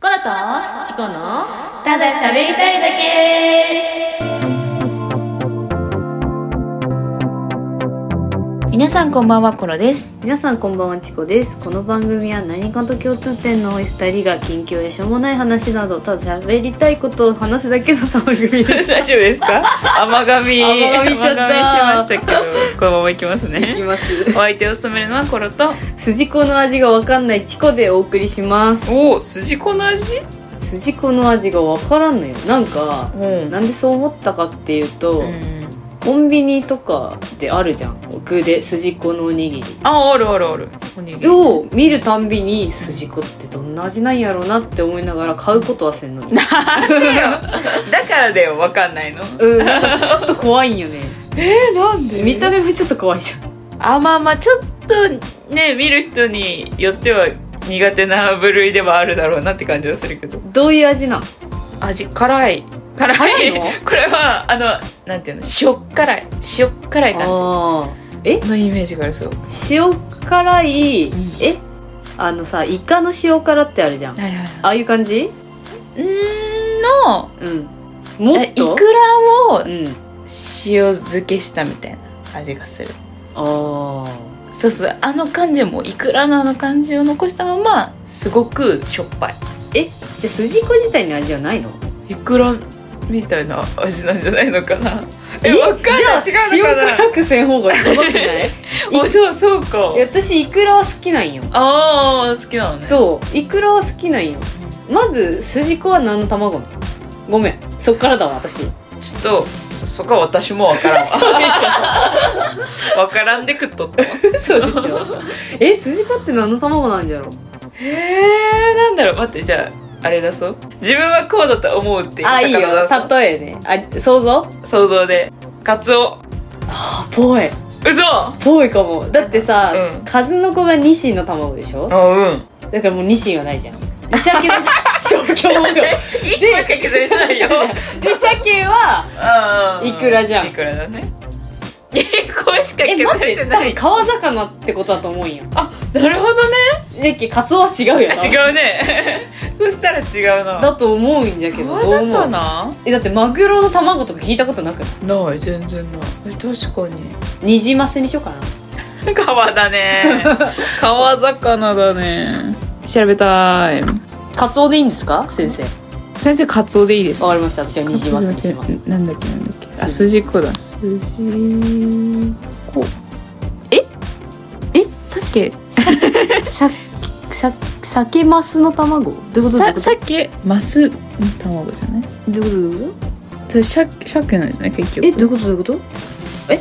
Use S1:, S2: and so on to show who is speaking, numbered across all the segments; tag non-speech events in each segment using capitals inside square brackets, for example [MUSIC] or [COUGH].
S1: とチコのただ喋りたいだけ皆さんこんばんはコロです
S2: 皆さんこんばんはチコですこの番組は何かと共通点の多い2人が近況やしょうもない話などただ喋りたいことを話すだけの番組です
S1: [LAUGHS] 大丈夫ですか甘噛み
S2: 甘噛みしちゃった
S1: 甘噛みしましたけどこのままいきます
S2: いき
S1: ね
S2: ます
S1: [LAUGHS] お相手を務めるのはコロと
S2: 筋子の味がわかんないチコでお送りします
S1: おお筋子の味
S2: 筋子の味がわからんのよなんか
S1: うん
S2: なんでそう思ったかっていうと、
S1: うん
S2: コンビニとかであるじゃん奥で筋子のおにぎり
S1: ああるあるあるおにぎ [LAUGHS] り
S2: を見るたんびに筋子ってどんな味なんやろうなって思いながら買うことはせんのに
S1: だからだよわかんないの
S2: うん、なん [LAUGHS] かちょっと怖いんよね。
S1: えなんで
S2: 見た目もちょっと怖いじゃん。
S1: あまあまあちょっとね見る人によっては苦手な部類ではあるだろうなって感じはするけど
S2: どういう味なの
S1: 味辛い辛い
S2: 辛いの
S1: これはあのなんていうの塩辛い塩辛い感
S2: あ
S1: じのイメージがあるそう
S2: ー塩辛い、
S1: ん
S2: えあのさ、イカの塩辛ってあるじゃん。あ
S1: はいはい
S2: あいう感じ
S1: うーんの
S2: うん。も
S1: え
S2: っ
S1: イクラ
S2: と
S1: を
S2: う
S1: 塩
S2: ん。
S1: 漬けしたみたいな味がする
S2: あ
S1: そうそうあの感じもイクラのあの感じを残したまますごくしょっぱい
S2: ーえ、じゃあ筋子自体に味はないの
S1: イクラみたいな味なんじゃないのかなえ
S2: え
S1: わかんない
S2: じゃあ
S1: 違う
S2: 塩
S1: のかな
S2: 辛くせん方 [LAUGHS] がいいと思ってない
S1: おじゃあそうか
S2: いや私、イクラは好きなんよ。
S1: ああ好きなのね
S2: そう、イクラは好きなんよ。まず、筋子は何の卵なのごめん、そっからだわ、私。 [LAUGHS]
S1: ちょっとそこは私もわからんわ [LAUGHS] わからんで食っとったわ
S2: そうですよ。え、筋子って何の卵なんじゃろう
S1: へえなんだろう待ってじゃああれだそう自分はこうだと思うっていう
S2: あ、いいよ
S1: 魚出。そう
S2: 例えね。あ、想像
S1: 想像でカツオ
S2: あ、ぽい。
S1: 嘘あ
S2: ぽいかも。だってさ、
S1: うん
S2: 数の子がニシンの卵でしょ
S1: うん
S2: だからもうニシンはないじゃん。 [LAUGHS] 鮭の消去法よ。
S1: 一個しか削れてないよ
S2: [LAUGHS] で、鮭は、
S1: あー
S2: いくらじゃん
S1: いくらだね一個しか
S2: え、待
S1: 削
S2: っ
S1: れ
S2: て、多
S1: てない
S2: 分川魚ってことだと思うんよ。
S1: あなるほどね
S2: でっけ、カツオは違うよ。
S1: あ
S2: 多分
S1: 違うね [LAUGHS] そしたら違うな
S2: だと思うんじゃけど、
S1: わ
S2: どう
S1: ざ
S2: 思
S1: と
S2: う
S1: な
S2: え、だってマグロの卵とか聞いたことなくない
S1: ない全然ないえ確かに
S2: ニジマスにしようかな。
S1: [LAUGHS] 川だ [LAUGHS] ね川魚だね調べたい
S2: カツオでいいんですか先生。
S1: 先生カツオでいいです
S2: わかりました。私はニジマスにします。
S1: なんだっけなんだっけ
S2: あ
S1: あ
S2: す
S1: すじこだすじこええ鮭
S2: さ、さ、酒マスの卵どういうこと
S1: さ鮭マスの卵じゃない
S2: どういうこと
S1: それ鮭鮭なんじゃない結
S2: え、
S1: 局
S2: どういうことどういうこと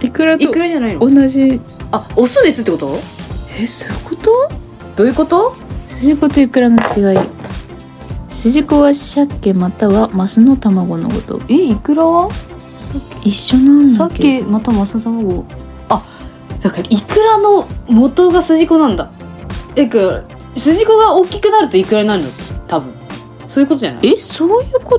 S1: いくら
S2: い
S1: と
S2: くらじゃないの
S1: 同じ
S2: あ、オスメスってこと
S1: えそういうこと
S2: どういうこと
S1: すじこといくらの違いすじこは鮭またはマスの卵のこと
S2: え、いくらは
S1: 一緒なんだけど
S2: 鮭、またマスの卵。あ、だからいくらの元が筋子なんだ。え、く、筋子が大きくなるといくらになるの多分。そういうことじゃない
S1: えそういうこ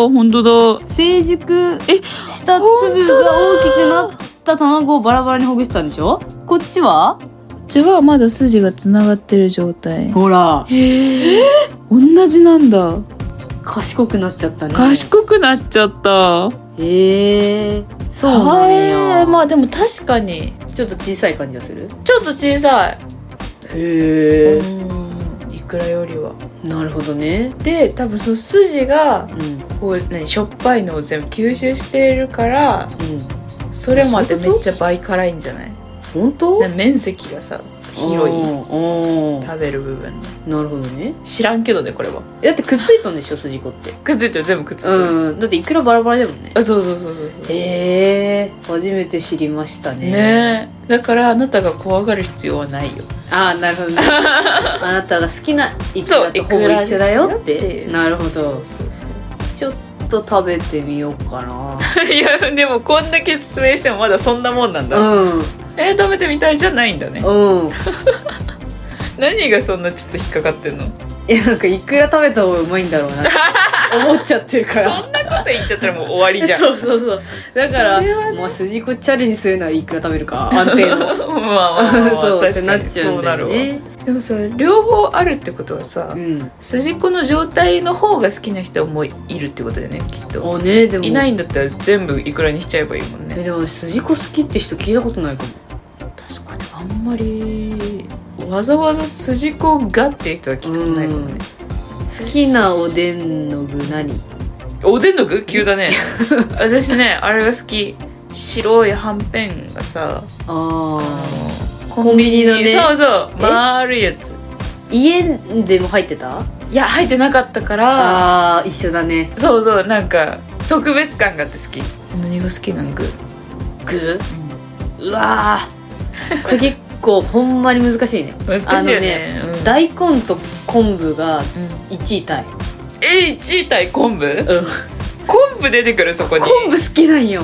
S2: あ
S1: ああ本当だ
S2: 成熟
S1: え
S2: した粒が大きくなった卵をバラバラにほぐしたんでしょこっちは
S1: こっちはまだ筋がつながってる状態
S2: ほら、
S1: へえ同じなんだ
S2: 賢くなっちゃったね。
S1: 賢くなっちゃった
S2: へえそう
S1: は
S2: なん
S1: え
S2: や、
S1: まあでも確かに
S2: ちょっと小さい感じがする
S1: ちょっと小さい
S2: へ
S1: うんいくらよりは
S2: なるほどね
S1: で多分その筋が
S2: うんうん
S1: こう何しょっぱいのを全部吸収しているからそれまでめっちゃ倍辛いんじゃない
S2: 本当
S1: なんか面積がさ広い
S2: おー
S1: 食べる部分の
S2: なるほどね
S1: 知らんけどねこれは
S2: えだってくっついたんでしょ筋子って
S1: くっついてる全部くっついてる、
S2: うんだっていくらバラバラだもんね
S1: あそうそうそうそうそう
S2: へえ初めて知りましたね
S1: ねえだからあなたが怖がる必要はないよ
S2: ああなるほど [LAUGHS] ねあなたが好きなイク
S1: そう
S2: ラとほぼ一緒だよって
S1: いくらですよいう
S2: なるほ
S1: そ
S2: ど
S1: うそうそう
S2: ちょっと食べてみようかな
S1: [LAUGHS] いやでもこんだけ説明してもまだそんなもんなんだ、
S2: うん
S1: えー食べてみたいじゃないんだね
S2: うん
S1: 何がそんなちょっと引っかかってんの
S2: いやなんかいくら食べた方がうまいんだろうなって [LAUGHS] 思っちゃってるから
S1: そんなこと言っちゃったらもう終わりじ [LAUGHS] ゃん
S2: そうそうそうだから、
S1: それはね
S2: もう筋子チャレンジするならいくら食べるか安定の
S1: まあまあまあま
S2: [LAUGHS]
S1: あ
S2: そうっ
S1: 確
S2: て
S1: か
S2: なっ
S1: に
S2: ちゃう
S1: そ
S2: ん
S1: うな
S2: だよ
S1: るわ
S2: ね
S1: でもさ両方あるってことはさ、
S2: うん
S1: 筋子の状態の方が好きな人もいるってことだよねきっと
S2: あねでも
S1: いないんだったら全部いくらにしちゃえばいいもん
S2: え
S1: ね
S2: でも筋子好きって人聞いたことないかも
S1: 確かにあんまりわざわざ筋子がっていう人は聞いたことないかもね
S2: 好きなおでんの具何
S1: おでんの具急
S2: [LAUGHS]
S1: だね私ねあれが好き白いはんぺんがさ
S2: あ
S1: コンビニのね
S2: コンビニの
S1: そうそう丸いやつ
S2: ー家でも入ってた
S1: いや入ってなかったから
S2: あー一緒だね
S1: そうそうなんか特別感があって好き何が好きなん具
S2: 具うわーこれ結構ほんまに難しいね
S1: 難しいよね
S2: あの
S1: うん
S2: 大根と昆布が
S1: うん
S2: 1位タイ、
S1: え1位対昆布
S2: うん、
S1: 昆布出てくるそこに
S2: 昆布好きなんよ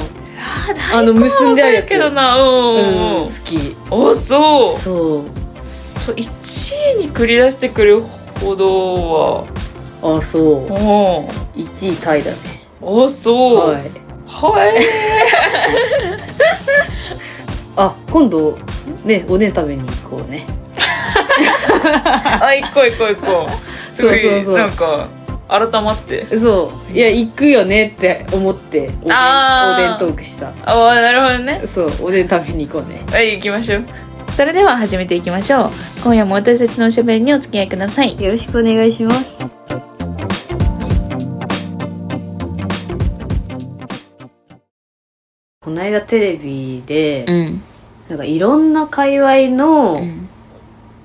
S2: あの結んであるやつ
S1: けどなうんうん
S2: うん、好き
S1: うんあそう
S2: そう
S1: そう1位に繰り出してくるほどは
S2: あそう
S1: う
S2: 1位タイだね
S1: んあそう
S2: はい
S1: はい
S2: あ今度ねおでん食べに行こうね
S1: あ行こう行こう行こうすごい
S2: そうそうそう
S1: なんか改まって
S2: そういや行くよねって思っておでん
S1: あー
S2: おでんトークした
S1: ああなるほどね
S2: そうおでん食べに行こうね
S1: はい行きましょうそれでは始めていきましょう今夜も私たちのおしゃべりにお付き合いください
S2: よろしくお願いしますこの間テレビで、
S1: うん
S2: なんかいろんな界隈
S1: う
S2: の
S1: ん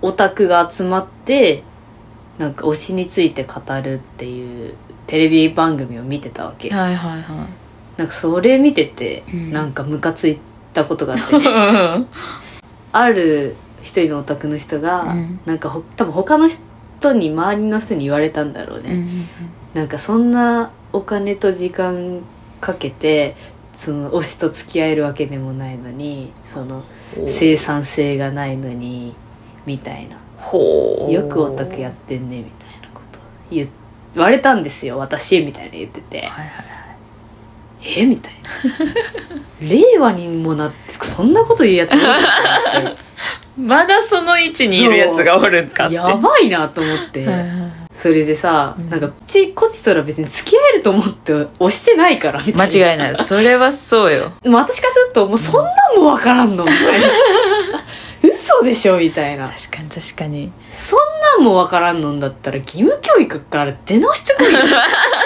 S2: オタクが集まってなんか推しについて語るっていうテレビ番組を見てたわけ
S1: はいはいは
S2: なんかそれ見てて、
S1: うん
S2: なんかムカついたことがあって、
S1: [LAUGHS]
S2: ね、
S1: い
S2: ある一人のオタクの人が、
S1: うん
S2: なんかほ多分他の人に周りの人に言われたんだろうね、
S1: ん
S2: なんかそんなお金と時間かけてその推しと付き合えるわけでもないのにその生産性がないのにみたいな
S1: ほう
S2: よくオタクやってんねみたいなこと言言われたんですよ私みたいな言ってて
S1: はいはい
S2: えみたいな令和にもなってそんなこと言うやつおるのかなっ
S1: まだその位置にいるやつがおるんかってて
S2: やばいなと思って、それでさ、
S1: うん
S2: なんかちこちとら別に付き合えると思って押してないからみたいな
S1: 間違いないそれはそうよ
S2: もう私からするともうそんなんもわからんのみたいな
S1: [LAUGHS]
S2: 嘘でしょみたいな
S1: 確かに確かに
S2: そんなんもわからんのんだったら義務教育から出直してこいよ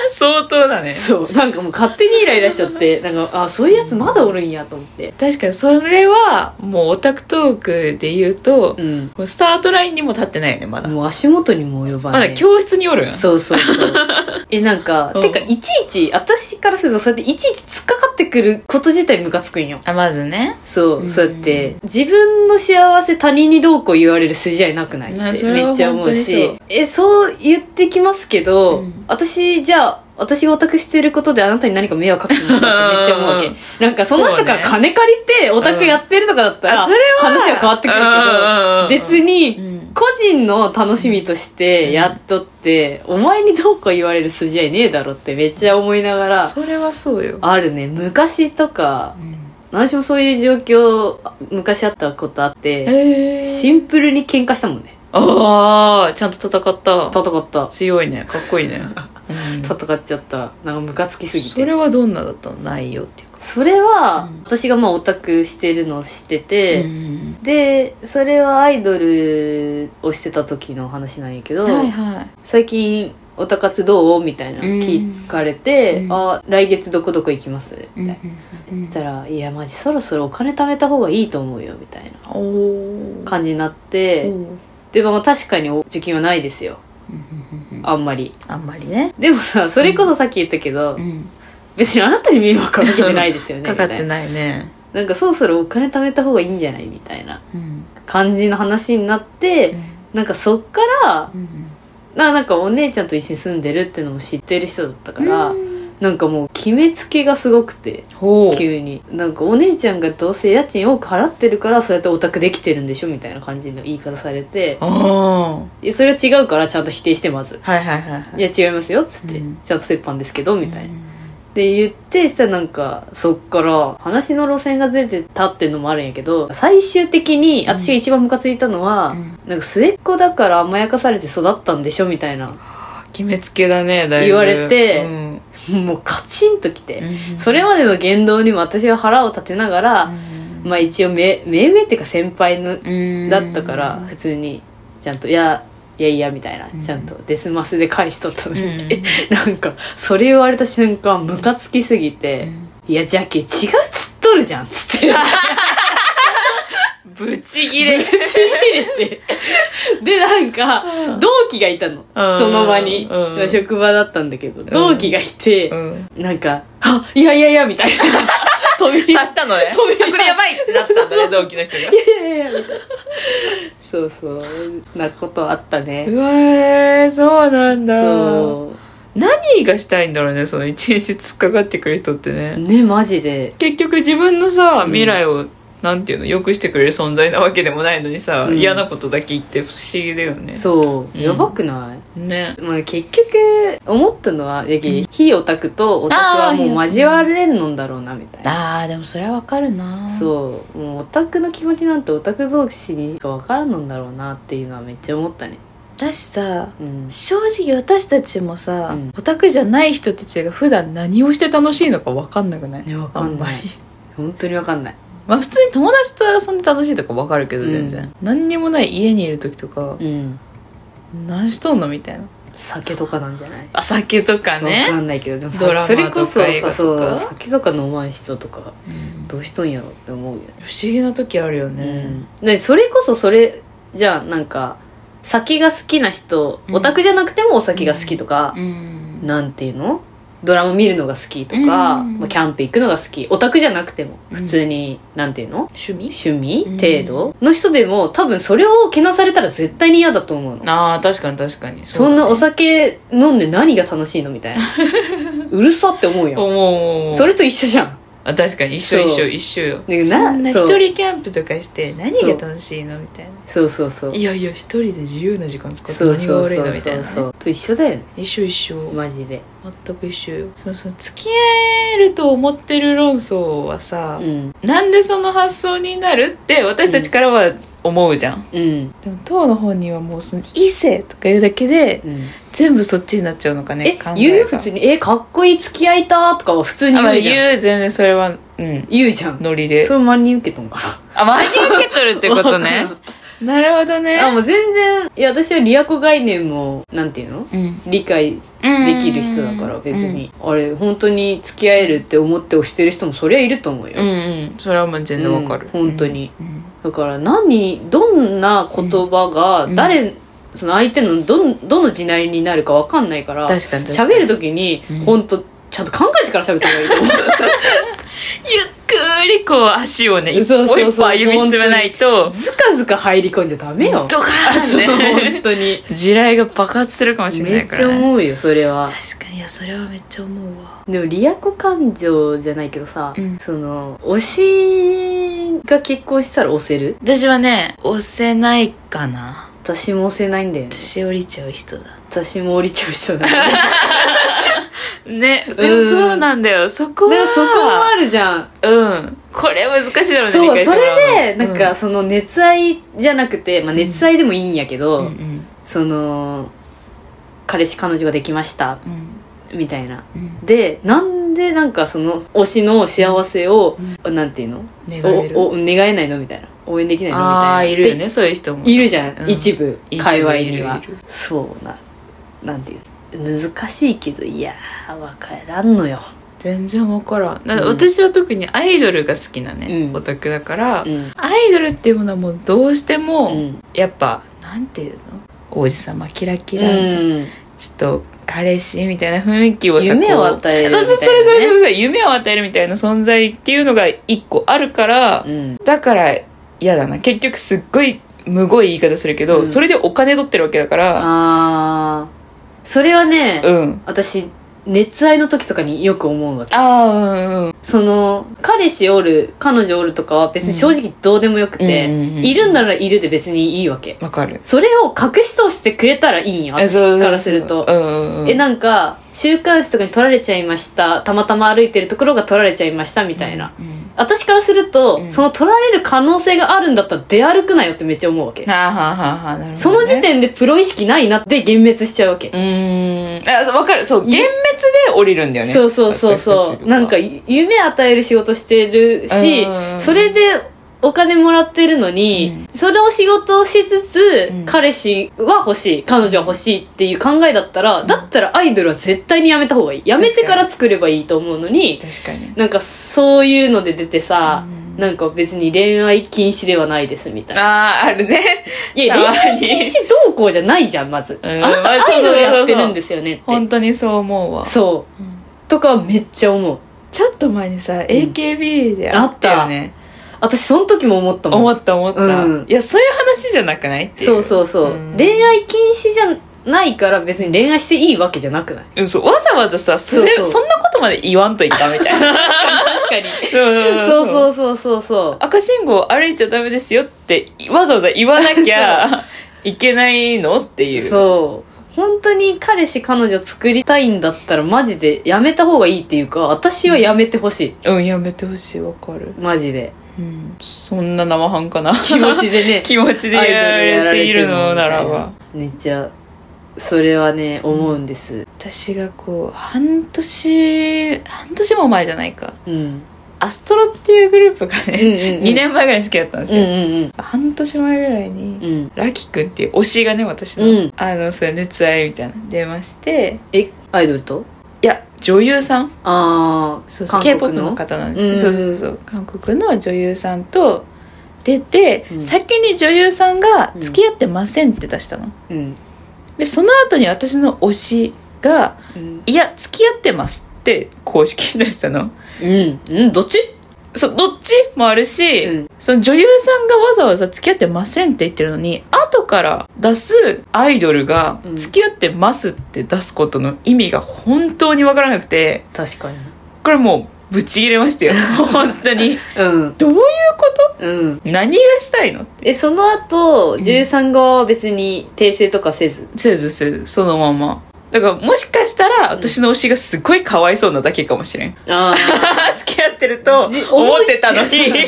S1: 相当だね
S2: そうなんかもう勝手にイライラしちゃってなんかあそういうやつまだおるんやと思って
S1: 確かにそれはもうオタクトークで言うと
S2: う、ん
S1: こうスタートラインにも立ってないよねまだ、
S2: もう足元にも及ば
S1: ま
S2: ない、
S1: だ教室におるん
S2: そうそうそう
S1: [LAUGHS]
S2: えなんか、
S1: うん
S2: てかいちいち私からするとそうやっていちいち突っかかってくること自体ムカつくんよ
S1: あまずね
S2: そう、
S1: うん
S2: そうやって自分の幸せ他人にどうこう言われる筋合いなくないっ
S1: まあそ
S2: て
S1: れは
S2: めっちゃ思うし
S1: 本当に
S2: えそう言ってきますけど、
S1: うん
S2: 私じゃあ私がオタクしてることであなたに何か迷惑かけてますかってめっちゃ思うわ
S1: うん
S2: けなんかその人から
S1: そう
S2: 金借りてオタクやってるとかだったら、
S1: うんあそれ
S2: 話は変わってくるけど別
S1: う
S2: に
S1: ん
S2: 個人の楽しみとしてやっとって、お前にどうこう言われる筋合いねえだろってめっちゃ思いながら
S1: それはそうよ、
S2: あるね昔とか
S1: うん
S2: 私もそういう状況あ昔あったことあって
S1: え
S2: シンプルに喧嘩したもんね
S1: ああちゃんと戦った
S2: 戦った
S1: 強いねかっこいい
S2: [LAUGHS]
S1: ね、うん
S2: 戦っちゃったなんかムカつきすぎて
S1: それはどんなだったの内容っていうか
S2: それは、
S1: うん
S2: 私がまあオタクしてるのを知って
S1: う
S2: て、
S1: ん
S2: でそれはアイドルをしてた時の話なんやけど、
S1: はいはい
S2: 最近オタ活どうみたいなの聞かれて「
S1: うん
S2: あ来月どこどこ行きます?」みたいな、
S1: うん
S2: そしたら「いやマジそろそろお金貯めた方がいいと思うよ」みたいな
S1: おお
S2: 感じになって、でもまあ確かにお受験はないですよあんまり
S1: あんまりね、
S2: でもさそれこそさっき言ったけど、
S1: うん、
S2: 別にあなたに迷惑はかけてないですよね
S1: [LAUGHS] かかって
S2: みたい
S1: ないね、
S2: ななんかそろそろお金貯めた方がいいんじゃないみたいな
S1: うん
S2: 感じの話になって、なんかそっから
S1: うん、
S2: ななんかお姉ちゃんと一緒に住んでるっていうのも知ってる人だったから、
S1: うん
S2: なんかもう決めつけがすごくて
S1: ほう
S2: 急になんかお姉ちゃんがどうせ家賃多く払ってるからそうやってオタクできてるんでしょみたいな感じの言い方されて
S1: ああはい
S2: やそれは違うからちゃんと否定してまず
S1: いはいはいはい
S2: いや違いますよっつって、
S1: うん
S2: ちゃんと折半ですけどみたいな、
S1: な
S2: って言ってしたらなんかそっから話の路線がずれてたっていうのもあるんやけど最終的に私が一番ムカついたのは、
S1: うん
S2: なんか末っ子だから甘やかされて育ったんでしょみたいな
S1: 決めつけだねだいぶ
S2: 言われて
S1: うん
S2: もうカチンときて、
S1: うん
S2: それまでの言動にも私は腹を立てながら、
S1: うん
S2: まあ一応め命名っていうか先輩の
S1: うん
S2: だったから普通にちゃんと「いやいやいや」みたいな
S1: うん
S2: ちゃんとデスマスで返しとったの
S1: う
S2: に、
S1: ん
S2: [LAUGHS] なんかそれ言われた瞬間ムカつきすぎて「いやじゃけ違うっつっとるじゃん」っつ
S1: [LAUGHS]
S2: って
S1: ぶち切れ
S2: ちぎれてでなんか同期がいたの
S1: うん
S2: その場に
S1: うん
S2: 職場だったんだけど同期がいて
S1: うん
S2: なんか「あいやいやいや」みた
S1: [LAUGHS]
S2: いな飛び火
S1: 刺したのね
S2: 飛び
S1: あこれやばいってなってたんだね同期の人が
S2: いやいやいやみたいなそうそうなことあったね
S1: うわーそうなんだ
S2: そ
S1: 何がしたいんだろうねそのいちいち突っかかってくる人ってね
S2: うねマジで
S1: 結局自分の
S2: ん
S1: さ未来を、なんていうの良くしてくれる存在なわけでもないのにさ、
S2: うん
S1: 嫌なことだけ言って不思議だよね
S2: そう
S1: うん
S2: やばくない、
S1: ね
S2: まあ、結局思ったのはやけ、
S1: うん
S2: 非オタクとオタクはもう交われんのんだろうなみたいな
S1: あーでもそれはわかるな
S2: そうもうオタクの気持ちなんてオタク同士にしか分からんのんだろうなっていうのはめっちゃ思ったね
S3: だしさ
S2: うん
S3: 正直私たちもさ、
S2: うん
S3: オタクじゃない人たちが普段何をして楽しいのか分かんなくない
S2: ね分
S3: あ
S2: か
S3: ん
S2: ん
S3: ま
S2: な
S3: り
S2: い本当に分かんない
S3: まあ普通に友達と遊んで楽しいとか分かるけど全然、
S2: う
S3: 何にもない家にいる時とか
S2: うん
S3: 何しとんのみたいな
S2: 酒とかなんじゃない
S1: あ酒と
S2: 分
S1: か
S2: か
S1: ね
S2: んないけどでも
S1: ドラ
S2: さ
S1: マ
S2: それこそ
S1: とか映
S2: さ
S1: 画
S2: そ
S1: とか
S2: う酒とか飲まん人とか
S3: 不
S2: どうしとんやろって思うよね
S3: 思議な時あるよね、
S2: うん、でそれこそそれじゃあなんか酒が好きな人、
S3: うん
S2: オタクじゃなくてもお酒が好きとか、
S3: うん
S2: なんていうのドラマ見るのが好きとか、
S3: うん
S2: まあ、キャンプ行くのが好きオタクじゃなくても
S3: うん
S2: 普通に、なんていうの
S3: 趣味
S2: 趣味
S3: うん
S2: 程度の人でも多分それをけなされたら絶対に嫌だと思うの
S1: あー確かに確かに
S2: そんなお酒飲んで何が楽しいのみたいなうるさって思うやん
S1: 思う
S2: それと一緒じゃん
S1: あ確かに一緒
S2: そう
S1: 一緒一緒よ
S2: で
S3: そんな一
S2: そう
S3: 人キャンプとかして何が楽しいのみたいな
S2: そうそうそう
S3: いやいや一人で自由な時間使って
S2: そう
S3: 何が
S2: そう
S3: 悪い
S2: そ
S3: の
S2: う
S3: みたい
S2: そう
S3: な
S2: そ
S3: ね
S2: うと一緒だよね
S3: 一緒一緒
S2: マジで
S3: 全く一緒よそうそう付き合えると思ってる論争はさ、
S2: うん
S1: なんでその発想になるって私たちからは思うじゃん、
S2: うん
S3: でも当の方にはもうその異性とか言うだけで
S2: うん
S3: 全部そっちになっちゃうのかね
S2: え
S3: 考えが
S2: 言うよ普通に「えかっこいい付き合いた」とかは普通に
S1: あまあ
S2: 言うじゃん、
S1: 言う全然それはうん
S2: 言うじゃん
S1: ノリで
S2: それ真に受けとんかな
S1: あ真に受け取るってことねなるほど
S2: [LAUGHS]
S1: ね
S2: あもう全然いや私はリアコ概念もなんていうの
S3: うん
S2: 理解できる人だから別に、あれ本当に付き合えるって思って推してる人もそりゃいると思うよ、
S1: うんうんそれはもう全然わかる、
S2: うん本当に、
S3: うん
S2: だから何どんな言葉が
S3: うん
S2: 誰、その相手のどんどの時代になるかわかんないから
S3: 確かに確かに
S2: 喋る時に、
S3: うん
S2: ほんとちゃんと考えてから喋った方がいいと
S3: [LAUGHS]
S2: 思う
S1: ゆっくりこう足をね一
S2: そう
S1: 歩
S2: そうそう
S1: 一歩歩み進めないと
S2: ずかずか入り込んじゃダメよ。
S1: ドカーン
S2: そう
S1: ね
S2: 本当に。
S1: [LAUGHS] 地雷が爆発するかもしれな
S2: め
S1: い
S2: っ
S1: か
S2: ちゃ
S1: ら、ね、
S2: 思うよ、それは。
S3: 確かにいやそれはめっちゃ思うわ
S2: でも、リアコ感情じゃないけどさ、
S3: うん
S2: その、推しが結婚したら押せる
S3: 私はね押せないかな
S2: 私も押せないんだよね。
S3: 私降りちゃう人だ
S2: 私も降りちゃう人だ、ね。
S1: ねでもそうなんだよそこ
S2: で
S1: は
S2: もそこもあるじゃん。
S1: うんこれは難しいだろうね
S2: そう、
S1: 理解
S2: そ
S1: してもらうの
S2: れで、なん
S3: う
S2: か
S3: ん
S2: その熱愛じゃなくて、まあ熱愛でもいいんやけど、
S3: ん
S2: その、彼氏彼女ができました、
S3: うん
S2: みたいな。
S3: うん
S2: でなんでなんかその推しの幸せを、なんていうの
S3: 願える
S2: おお願えないのみたいな応援できないのみたいな
S1: ああいるよ
S2: で
S1: ねそういう人も
S2: いるじゃん、
S1: うん
S2: 一部
S1: 一部
S2: 界隈にはい
S1: るいる
S2: そうななんていうの難しいけどいやー分からんのよ
S3: 全然分からん
S1: だから私は特にアイドルが好きなね、
S2: うん
S1: オタクだから、
S2: うん
S3: アイドルっていうものはもうどうして
S2: う
S3: も、
S2: ん
S3: やっぱなんていうの王子様キラキ
S2: う
S3: ラ、
S2: ん
S3: ちょっと彼氏みたいな雰囲気をさ
S2: 夢を与えるみたいなね
S1: そうそうそれそれそれそれ夢を与えるみたいな存在っていうのが一個あるから、
S2: うん
S1: だから嫌だな結局すっごいむごい言い方するけど、
S2: うん
S1: それでお金取ってるわけだから
S2: あーそれはね、
S1: うん
S2: 私熱愛の時とかによく思うわけ
S1: ああ、うんうん。
S2: その彼氏おる彼女おるとかは別に正直どうでもよくて、
S1: うんうんうんうん
S2: いるんならいるで別にいいわけ
S1: わかる。
S2: それを隠し通してくれたらいいんよ私からすると、
S1: うんうんうん。
S2: えなんか週刊誌とかに撮られちゃいましたたまたま歩いてるところが撮られちゃいましたみたいな、
S1: うん
S2: 私からすると、
S1: うん
S2: その撮られる可能性があるんだったら出歩くなよってめっちゃ思うわけ、
S1: はあはあはあはあ、なるほど、ね。
S2: その時点でプロ意識ないなって幻滅しちゃうわけ、
S1: うーん。あ、そうわかる。そう、幻滅で降りるんだよね。
S2: そうそうそう
S1: 私
S2: そ
S1: たち
S2: う
S1: とか
S2: なんか夢与える仕事してるし
S1: うん
S2: それでお金もらってるのに、それを仕事をしつつ、
S1: うん
S2: 彼氏は欲しい彼女は欲しいっていう考えだったら、だったらアイドルは絶対にやめた方がいいやめてから作ればいいと思うのに
S1: 確か
S2: [LAUGHS]
S1: に。
S2: なんかそういうので出てさ、
S1: うん
S2: なんか別に恋愛禁止ではないですみたいな。
S1: ああ、あるね。
S2: いや、
S1: た
S2: 恋
S1: まに
S2: 愛禁止どうこうじゃないじゃん、まず。
S1: うん
S2: あなた
S1: まあそう
S2: アイ
S1: そうそう
S2: ド
S1: そう
S2: ルやってるんですよねって。
S1: 本当にそう思うわ。
S2: そう。とかめっちゃ思う。
S1: ちょっと前にさ、AKB であったよね。
S2: 私その時も思ったもん
S1: 思った思った、
S2: うん
S1: いや、そういう話じゃなくないってい
S2: そうそうそう、
S1: ん
S2: 恋愛禁止じゃないから別に恋愛していいわけじゃなくない
S1: うんそうわざわざさ、それ
S2: そうそう
S1: そんなことまで言わんといったみたい
S2: 確
S1: な。
S2: かに [LAUGHS]
S1: そ
S2: そう
S1: う。
S2: そうそうそうそう
S1: 赤信号歩いちゃダメですよって、わざわざ言わな
S2: [LAUGHS]
S1: きゃいけないのっていう。う。
S2: そう本当に彼氏彼女作りたいんだったらマジでやめた方がいいっていうか私はやめてほし
S1: うん、やめてほしい、わかる。
S2: いマジで
S1: うん。そんな生半可な。
S2: 気持ちでね
S1: [LAUGHS] 気持ちでやられているのならば。
S2: めっちゃそれはね思うんです
S1: 私がこう、半年、半年も前じゃないか。
S2: うん
S1: アストロっていうグループが
S2: うんうんう
S1: ね、
S2: ん
S1: 2年前ぐらいに好きだったんです
S2: うん
S1: よ。
S2: うん
S1: 半年前ぐらいに、
S2: うんうん
S1: ラキ君っていう推しがね、私の、
S2: うん
S1: あの、そういう熱愛みたいなの出まして、
S2: えアイドルと
S1: いや、女優さん
S2: ああ
S1: そうそう K-POP の方なんですよ、
S2: うん
S1: そうそうそう。韓国の女優さんと出て、
S2: うん
S1: 先に女優さんが付き合ってませんって出したの。
S2: うん、
S1: で、その後に私の推しが、
S2: うん
S1: いや、付き合ってますって公式に出したの。
S2: うん、うん、どっち
S1: そう、どっちもあるし、
S2: うん
S1: その女優さんがわざわざ付き合ってませんって言ってるのに、後から出すアイドルが
S2: うん
S1: 付き合ってますって出すことの意味が本当にわからなくて、
S2: 確かに
S1: これもうぶち切れま [LAUGHS] したよ。本当に。
S2: うん
S1: どういうこと
S2: うん
S1: 何がしたいの
S2: えその後
S1: ん
S2: 女優さん側は別に訂正とかせず、
S1: せずせず、そのまま。だからもしかしたら私の推しがすごいかわいそうなだけかもしれん。
S2: あ [LAUGHS]
S1: 付き合ってると
S2: じ
S1: 思ってたの
S2: [LAUGHS]
S1: に、付き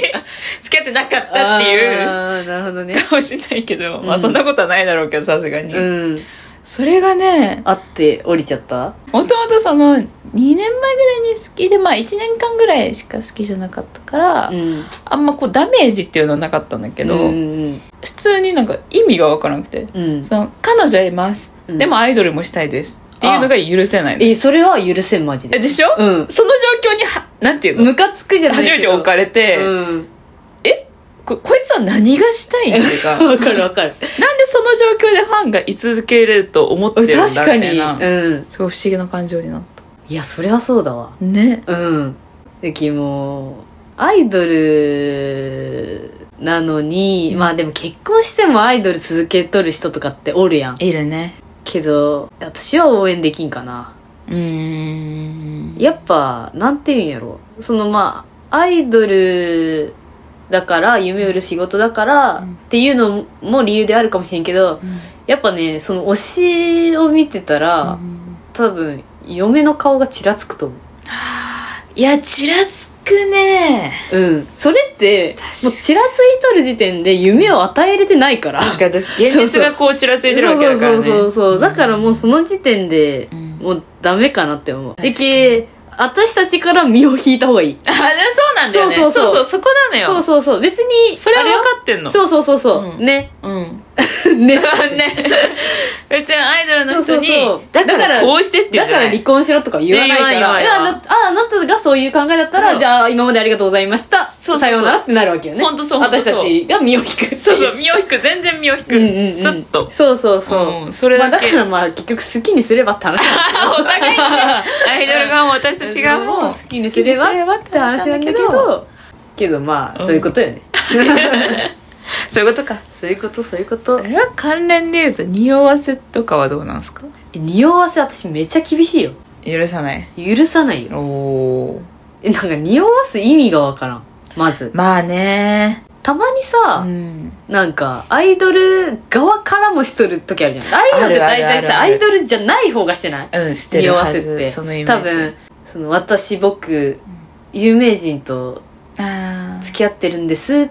S1: 合ってなかったっていう。
S2: あーなるほどね
S1: かもしれないけど、ま
S2: う
S1: あ
S2: ん
S1: そんなことはないだろうけど、さすがに。
S2: うん
S1: それがね、
S2: あって降りちゃった
S1: もともとその、2年前ぐらいに好きで、まあ1年間ぐらいしか好きじゃなかったから、
S2: ん
S1: あんまこうダメージっていうのはなかったんだ
S2: け
S1: けど、
S2: うん
S1: 普通になんか意味がわからなくて、
S2: うん
S1: その、彼女います。
S2: うん
S1: でもアイドルもしたいです。っていうのが許せないの。
S2: えそれは許せんマジ
S1: え
S2: で
S1: でしょ、
S2: うん
S1: その状況には、なんていうの
S2: ムカつくじゃな
S1: 初
S2: い
S1: め
S2: け
S1: て
S2: ど
S1: 置かれて、
S2: うん
S1: こ、こいつは何がしたいんって
S2: [LAUGHS]
S1: いうか、なん
S2: わかるわかる
S1: でその状況でファンが居続けれると思ってるんだみ
S2: 確
S1: た
S2: か
S1: い
S2: に
S1: な。
S2: うん
S1: すごい不思議な感情になっ
S2: いやそれはそうだわ
S1: た。ね。
S2: うん。で、きもう、アイドルなのに、
S1: うん
S2: まあでも結婚してもアイドル続けとる人とかっておるやん。
S1: いるね。
S2: けど、私は応援できんかな。
S1: うーん。
S2: やっぱ、なんて言うんやろ。そのまあ、アイドルだから、夢売る仕事だから、
S1: うん
S2: っていうのも理由であるかもしれんけど、
S1: うん、
S2: やっぱね、その推しを見てたら、多分、嫁の顔がちらつくと思う。
S1: いや、ちらつくね。
S2: うん。それって
S1: 確か、に
S2: もうちらついとる時点で夢を与えれてないから。
S1: 確かに、現実がこうちらついてるわけ
S2: そ
S1: だ
S2: う
S1: から
S2: そ
S1: ね。
S2: うそうそう。だからもうその時点で
S1: う、ん。
S2: もうダメかなって思う。
S1: 確か
S2: で
S1: に
S2: け、私たちから身を引いた方がいい。
S1: あ、でもそうなんだよね。そ
S2: そうう
S1: そ
S2: そうう
S1: そ、
S2: そうう
S1: そこなのよ。
S2: そうそうそう。別に、
S1: それは
S2: あれ
S1: 分
S2: は
S1: かってんの。
S2: そうそうそうそう。
S1: うん
S2: ね。 [LAUGHS]
S1: うん。 [LAUGHS]
S2: ね。
S1: ね。別にアイドルの人に
S2: そうそうそう、
S1: だか
S2: だからら
S1: こうしてって言
S2: だ
S1: うんじゃ
S2: から
S1: ない
S2: 離婚しろとか言わないか
S1: 言わな
S2: ら。
S1: い
S2: い
S1: 言わ
S2: や
S1: な
S2: あ
S1: い
S2: なああなたがそういう考えだった
S1: そう
S2: ら、じゃあ今までありがとうございました。
S1: そうそ
S2: さ
S1: うそう
S2: ようならってなるわけよね。
S1: ほんとそうほんと
S2: 私
S1: そう
S2: たちが身を引くっていう。
S1: そうそう、身を引く。全然身を引
S2: うんうんう
S1: く。
S2: ん。
S1: スッと。
S2: そうそうそう。
S1: うんそれ
S2: まあ、
S1: だ
S2: だ
S1: け
S2: か。らまあ結局好きにすればって話 [LAUGHS] なん
S1: あお互いにね、アイドル側も私たち側
S2: [LAUGHS]
S1: も
S2: 好きにすればって話なんだけ
S1: 好きにすればっ
S2: どけどま
S1: う
S2: あ
S1: ん
S2: そういうことよね、
S1: て話そういうことか。
S2: そういうことそういうこと
S1: あれは関連で言うと、匂わせとかはどうなんですか
S2: 匂わせ私めっちゃ厳しいよ
S1: 許さない
S2: 許さないよ
S1: おお
S2: えなんか匂わす意味がわからんまず
S1: まあね
S2: たまにさ、
S1: ん
S2: なんかアイドル側からもしとる時あるじゃんああいうのって大体さ
S1: あ
S2: ア
S1: るあるある
S2: イドルじゃない方がしてない
S1: うんしてる
S2: 匂わ
S1: は
S2: せ
S1: ず
S2: って
S1: そのイメージ
S2: 多分その私僕有名人と
S1: あ
S2: 付き合ってるんですっ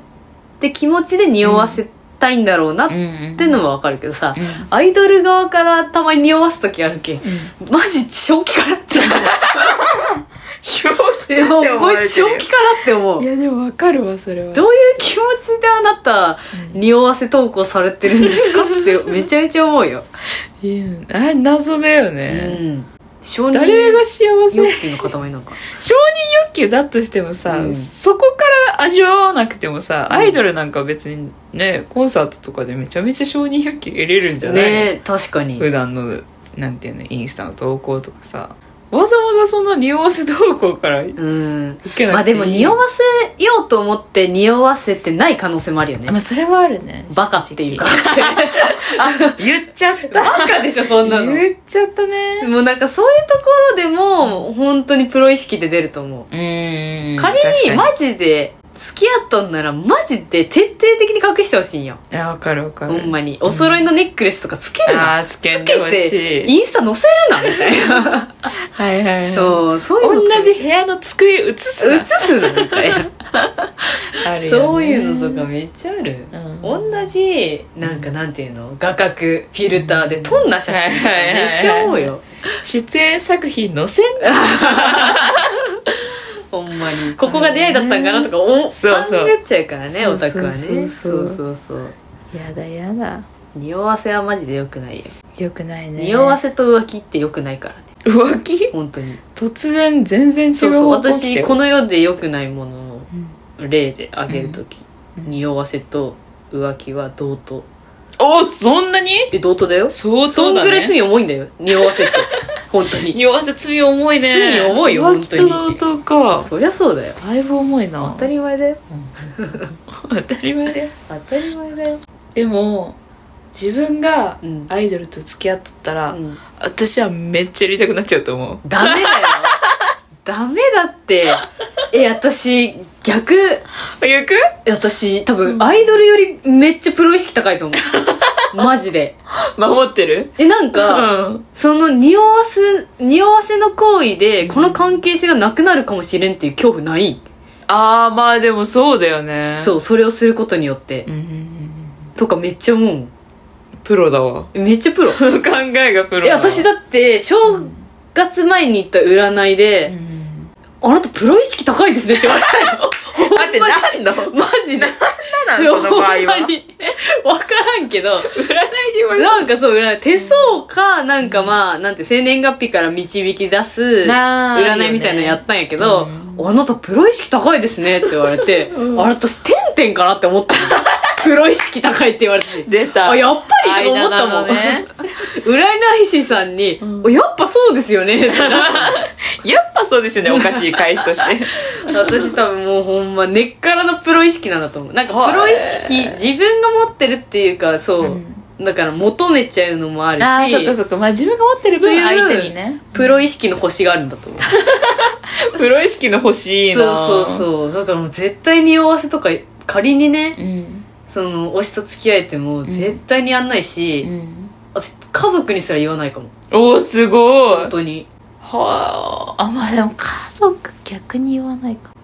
S2: て気持ちで匂わせたいんだろうなっ
S1: あうん
S2: てのはわかるけどさ、
S1: うん
S2: アイドル側からたまに匂わす時あるけんマジ正気からって
S1: [LAUGHS]
S4: 正気って
S2: 思うでも
S4: 思
S2: こ
S4: わ
S2: い
S4: れ
S2: つ
S4: てる
S2: 正気からって思う
S1: いやでもわかるわそれは
S2: どういう気持ちであなた匂わせ投稿されてるんです
S1: [LAUGHS]
S2: かってめちゃめちゃ思うよ、
S1: いやあ謎だよね、
S2: うん承認
S1: 誰が幸せ
S2: 欲
S1: 欲
S2: 求の塊なんか
S1: 求だとしてもさ、
S2: うん
S1: そこから味わわなくてもさ
S2: うん
S1: アイドルなんか別にねコンサートとかでめちゃめちゃ承認欲求得れるんじゃない、
S2: ねえ確かに
S1: 普段のなんていうのインスタの投稿とかさわざわざそんな匂わせ投稿から受
S2: うん
S1: け
S2: ま
S1: な
S2: あ
S1: くてい
S2: でも
S1: い
S2: 匂わせようと思って匂わせてない可能性もあるよね
S1: まあそれはあるね
S2: バカっていう可能性
S1: 言っちゃっ
S2: [LAUGHS]
S1: た
S2: バカでしょそんなの
S1: 言っちゃったね
S2: [LAUGHS] もうなんかそういうところでも本当にプロ意識で出ると思う
S1: うん
S2: 仮にマジで付き合っとんならマジで徹底的に隠してほしいんよ
S1: いやわかるわかる
S2: ほんまにお揃いのネックレスとかつけるな、
S1: ああつけんでほ
S2: つ
S1: しい
S2: インスタ載せるなみたいな
S1: はいはいはい
S2: [LAUGHS] そうそういうの
S1: 同じ部屋の机映すな
S2: 映すなみたい [LAUGHS] な、
S1: あるよね
S2: そういうのとかめっちゃある、
S1: うん
S2: 同じなんかなんていうの画角フィルターで撮んな写真とか
S1: はいはいはいはい
S2: めっちゃ思うよ
S1: 出演作品載せんな
S2: ほんまにここが出会いだったんかなとかお考
S1: そうそう
S2: えちゃうからね
S1: そう
S2: オ
S1: そう
S2: タクはね
S1: そうそう
S2: そうそう
S1: やだやだ
S2: 匂わせはマジで良くないよ
S1: よくないね
S2: 匂わせと浮気って良くないからね
S1: 浮気
S2: 本当に
S1: 突然全然違
S2: そう
S1: う
S2: そう
S1: 方向来て
S2: 私この世で良くないものを例で挙げるとき、
S1: うん
S2: 匂わせと浮気は同等
S1: おそんなに
S2: え同等だよ
S1: 相
S2: そ
S1: 当
S2: ん
S1: だ
S2: ぐらい
S1: ね
S2: 罪重いんだよ匂わ
S1: [LAUGHS]
S2: せって本当に
S1: 匂わせ罪重いね
S2: 罪重いよ
S1: 浮気と同
S2: 本
S1: 等か
S2: そりゃそうだよ
S1: だいぶ重いな
S2: 当たり前だよ
S1: [LAUGHS] 当たり前で
S2: 当たり前だよ
S1: でも自分が
S2: うん、
S1: アイドルと付き合っとったら、
S2: うん
S1: 私はめっちゃやりたくなっちゃうと思う
S2: ダ
S1: [LAUGHS]
S2: メだよダメだってえ私逆
S1: 行く
S2: 私多分アイドルよりめっちゃプロ意識高いと思
S1: [LAUGHS]
S2: うマジで
S1: 守ってる
S2: えなん
S1: う
S2: か、
S1: ん
S2: その匂わす匂わせの行為でこの関係性がなくなるかもしれんっていう恐怖ない、
S1: ああまあでもそうだよね
S2: そうそれをすることによって、
S1: うんうんうん
S2: とかめっちゃ思うもん
S1: プロだわ [LAUGHS]
S2: えめっちゃプロ
S1: その考えがプロ
S2: え私
S1: だ
S2: だって正月前に行った占いで、あなたプロ意識高いですねって言われたよ
S1: [LAUGHS] 待って何の
S2: マジで
S1: 何なのその場合
S2: [LAUGHS] ほんま
S1: は
S2: にわからんけど
S1: 占いで言われ
S2: なんかそう占い手相かなんかまあなんて生年月日から導き出す
S1: なあ
S2: 占いみたいなのやったんやけど、あなたプロ意識高いですねって言われ
S1: [LAUGHS]
S2: て、あれ私てんてんかなって思ったのプロ意識高いって言われて
S1: 出た
S2: あやっぱりって思ったもん、
S1: 間なのね
S2: [LAUGHS] 占い師さんに、
S1: ん
S2: おやっぱそうですよねってな
S1: [LAUGHS]
S2: った
S1: [LAUGHS] やっぱそうですよねおかしい返しとして [LAUGHS]
S2: 私多分もうほんま根っからのプロ意識なんだと思うなんか
S1: はい
S2: プロ意識自分が持ってるっていうかそう、だから求めちゃうのもあるし
S1: ああそっかそっかまあ自分が持ってる
S2: そうい
S1: 分
S2: う
S1: 相手にね
S2: プロ意識の星があるんだと思う
S1: プロ意識の欲しいな
S2: そうそうそ
S1: う
S2: うだからもう絶対に合わせとか仮にね
S1: そううん
S2: その推しと付き合えても絶対にやんないし、私家族にすら言わないかも
S1: おおすごい
S2: 本当に
S1: はああまあでも家族逆に言わないか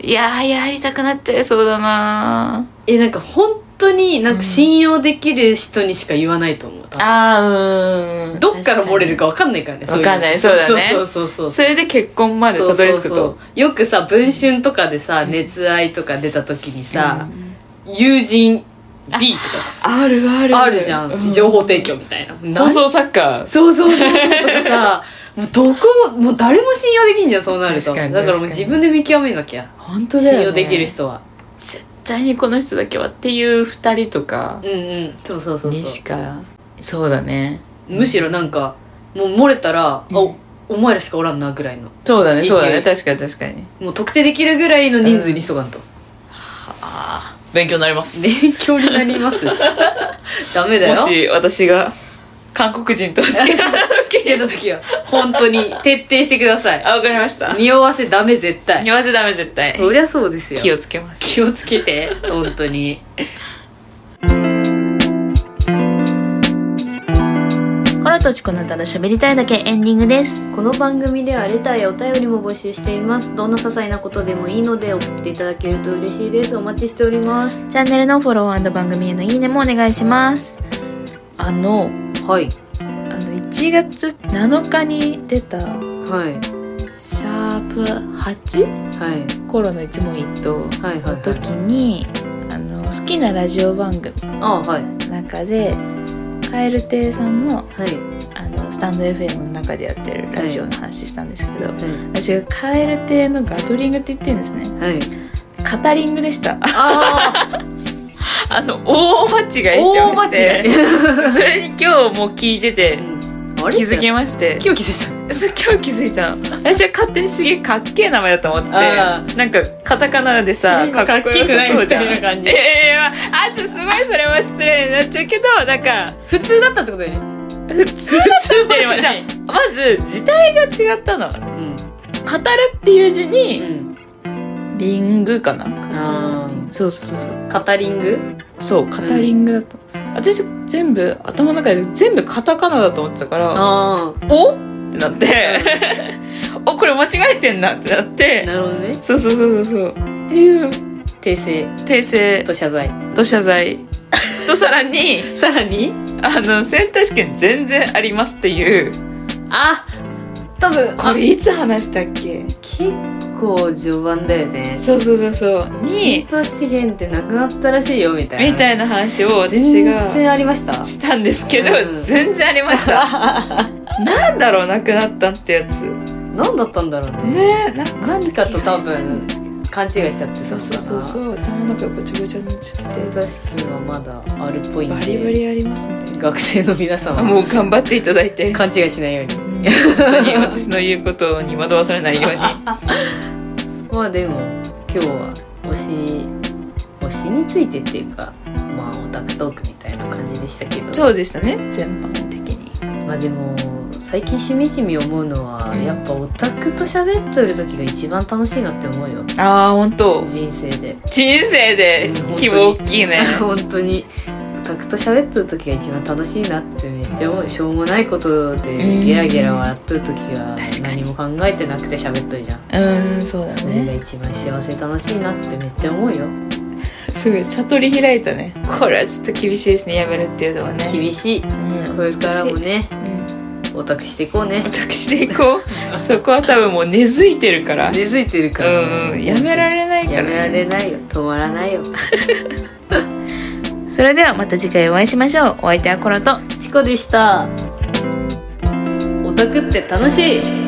S1: いやーやりたくなっちゃいそうだな
S2: えなんか本当になんか信用できる人にしか言わないと思う、多分
S1: あーうん
S2: どっから漏れるか分かんないからねううの
S1: わかんないそうだね
S2: そうそうそうそう
S1: それで結婚まで
S2: そう
S1: たど
S2: そう
S1: り着く
S2: そ
S1: と
S2: うよくさ文春とかでさ、熱愛とか出た時にさ、
S1: うん
S2: 友人 B とか
S1: あるある
S2: あるじゃん、
S1: う
S2: 情報提供みたいな
S1: 放送作家
S2: そうそうそうそうとかさ
S1: [LAUGHS]
S2: もうどこもう誰も信用できんじゃんそうなると
S1: 確かに
S2: だからもう
S1: 確かに
S2: 自分で見極めなきゃ、
S1: 本当だよ、ね、
S2: 信用できる人は
S1: 絶対にこの人だけはっていう二人とか
S2: うんうんそうそうそう
S1: に
S2: そ
S1: しかそうだね
S2: うむしろなんかもう漏れたら、
S1: うん
S2: あおお前らしかおらんなぐらいの
S1: そうだね
S2: 勢い
S1: そうだね確かに確かに
S2: もう特定できるぐらいの人数にしとかんと、
S1: あー勉強になります
S2: 勉強にな
S1: [LAUGHS]
S2: りますダメだよ
S1: [LAUGHS] もし私が韓国人と付き合う時
S2: してた時は本当に徹底してください
S1: あわかりました
S2: 匂わせダメ絶対
S1: 匂わせダメ絶対
S2: そりゃそうですよ
S1: 気をつけます
S2: 気をつけて本当に
S3: コロとチコのただ喋りたいだけエンディングです
S2: この番組ではレターやお便りも募集していますどんな些細なことでもいいので送っていただけると嬉しいですお待ちしております
S3: チャンネルのフォロー番組へのいいねもお願いしますあの
S2: はい
S3: あの1月7日に出た
S2: はい
S3: シャープ 8?
S2: はい
S3: コロの一問一答
S2: はいは
S3: の
S2: い
S3: 時にあの好きなラジオ番組
S2: あはい
S3: の中で蛙亭さんの
S2: はい
S3: あのスタンド FM の中でやってるラジオの話したんですけど、
S2: は
S3: 私が蛙亭のガトリングって言ってるんですね
S2: いはい
S3: カタリングでした
S2: あ
S1: [LAUGHS] あの大間違いして
S2: 大
S1: まし
S2: 間違い
S1: て [LAUGHS] それに今日も聞いてて
S2: あれ
S1: 気づきまして
S2: 今日気づい
S1: それ今日気づいたの私は勝手にすげえかっけえ名前だと思ってて
S2: あ
S1: なんかカタカナでさ
S2: なんか
S1: かっこよさそうじゃん
S2: かっけえくないみたいな感じ
S1: いやいやいやあちょっとすごいそれは失礼になっちゃうけどなん
S2: た
S1: か
S2: 普通だったってことよね
S1: 普通って
S2: [LAUGHS]
S1: 今じゃあまず時代が違ったの語る
S2: うん
S1: っていう字
S2: う
S1: に
S2: ん
S1: リングかな
S2: あー
S3: そうそうそうそう
S2: カタリング
S1: そうカタリングだと、私全部頭の中で全部カタカナだと思ってたから
S2: あ
S1: おってなって [LAUGHS] おこれ間違えてんなってなって
S2: なるほどね
S1: そうそうそうそうそうっていう
S2: 訂正
S1: 訂正
S2: と謝罪
S1: と謝 [LAUGHS] 罪とさらに
S2: さらに
S1: あの選択試験全然ありますっていう
S2: あ多分
S1: これいつ話したっけ
S2: 結構序盤だよね
S1: そうそうそうそう
S2: 新
S1: に
S2: 都市原ってなくなったらしいよみたいな
S1: みたいな話を私
S2: 全
S1: が
S2: 然ありました
S1: したんですけど、
S2: うん
S1: 全然ありました [LAUGHS] なんだろうなくなったってやつ
S2: 何だったんだろうね
S1: ねえなんか
S2: 何かと多分勘違いしちゃってたのかな
S1: そうそうそうそう頭の中ごちゃごちゃになっちゃって
S2: セン
S1: て
S2: ター試験はまだあるっぽいんで
S1: バリバリありますね
S2: 学生の皆さん
S1: あ
S2: は
S1: もう頑張っていただいて
S2: 勘違いしないように
S1: [LAUGHS] 本当に私の言うことに惑わされないように
S2: まあでも今日は推しに推しについてっていうかまあオタクトークみたいな感じでしたけど
S3: そうでしたね全般的に
S2: まあでも最近しみじみ思うのは、やっぱオタクと喋ってる時が一番楽しいなって思うよ
S1: ああ本当
S2: 人生で
S1: 人生で希望大きいね、 [LAUGHS]
S2: 本当にオタクと喋ってる時が一番楽しいなってめっちゃ思うしょうもないことでゲラゲラ笑ってる時
S3: 確
S2: が
S3: か
S2: 何
S3: に
S2: も考えてなくて喋ってるじゃん
S3: うんそうだ
S2: それが
S3: ね
S2: 一番幸せ楽しいなってめっちゃ思うよ
S1: すごい悟り開いたねこれはちょっと厳しいですねやめるっていうのはね
S2: 厳しい
S1: うん
S2: これからも
S1: 難しい
S2: ね
S1: うん
S2: オタクしていこうね
S1: 私でこうそこは多分もう根付いてるから
S2: 根付いてるからね、
S1: うんうんやめられないか
S2: や
S1: ら、ね、
S2: められないよ止まらないよ
S3: それではまた次回お会いしましょうお相手はコロと
S2: チコでしたオタクって楽しい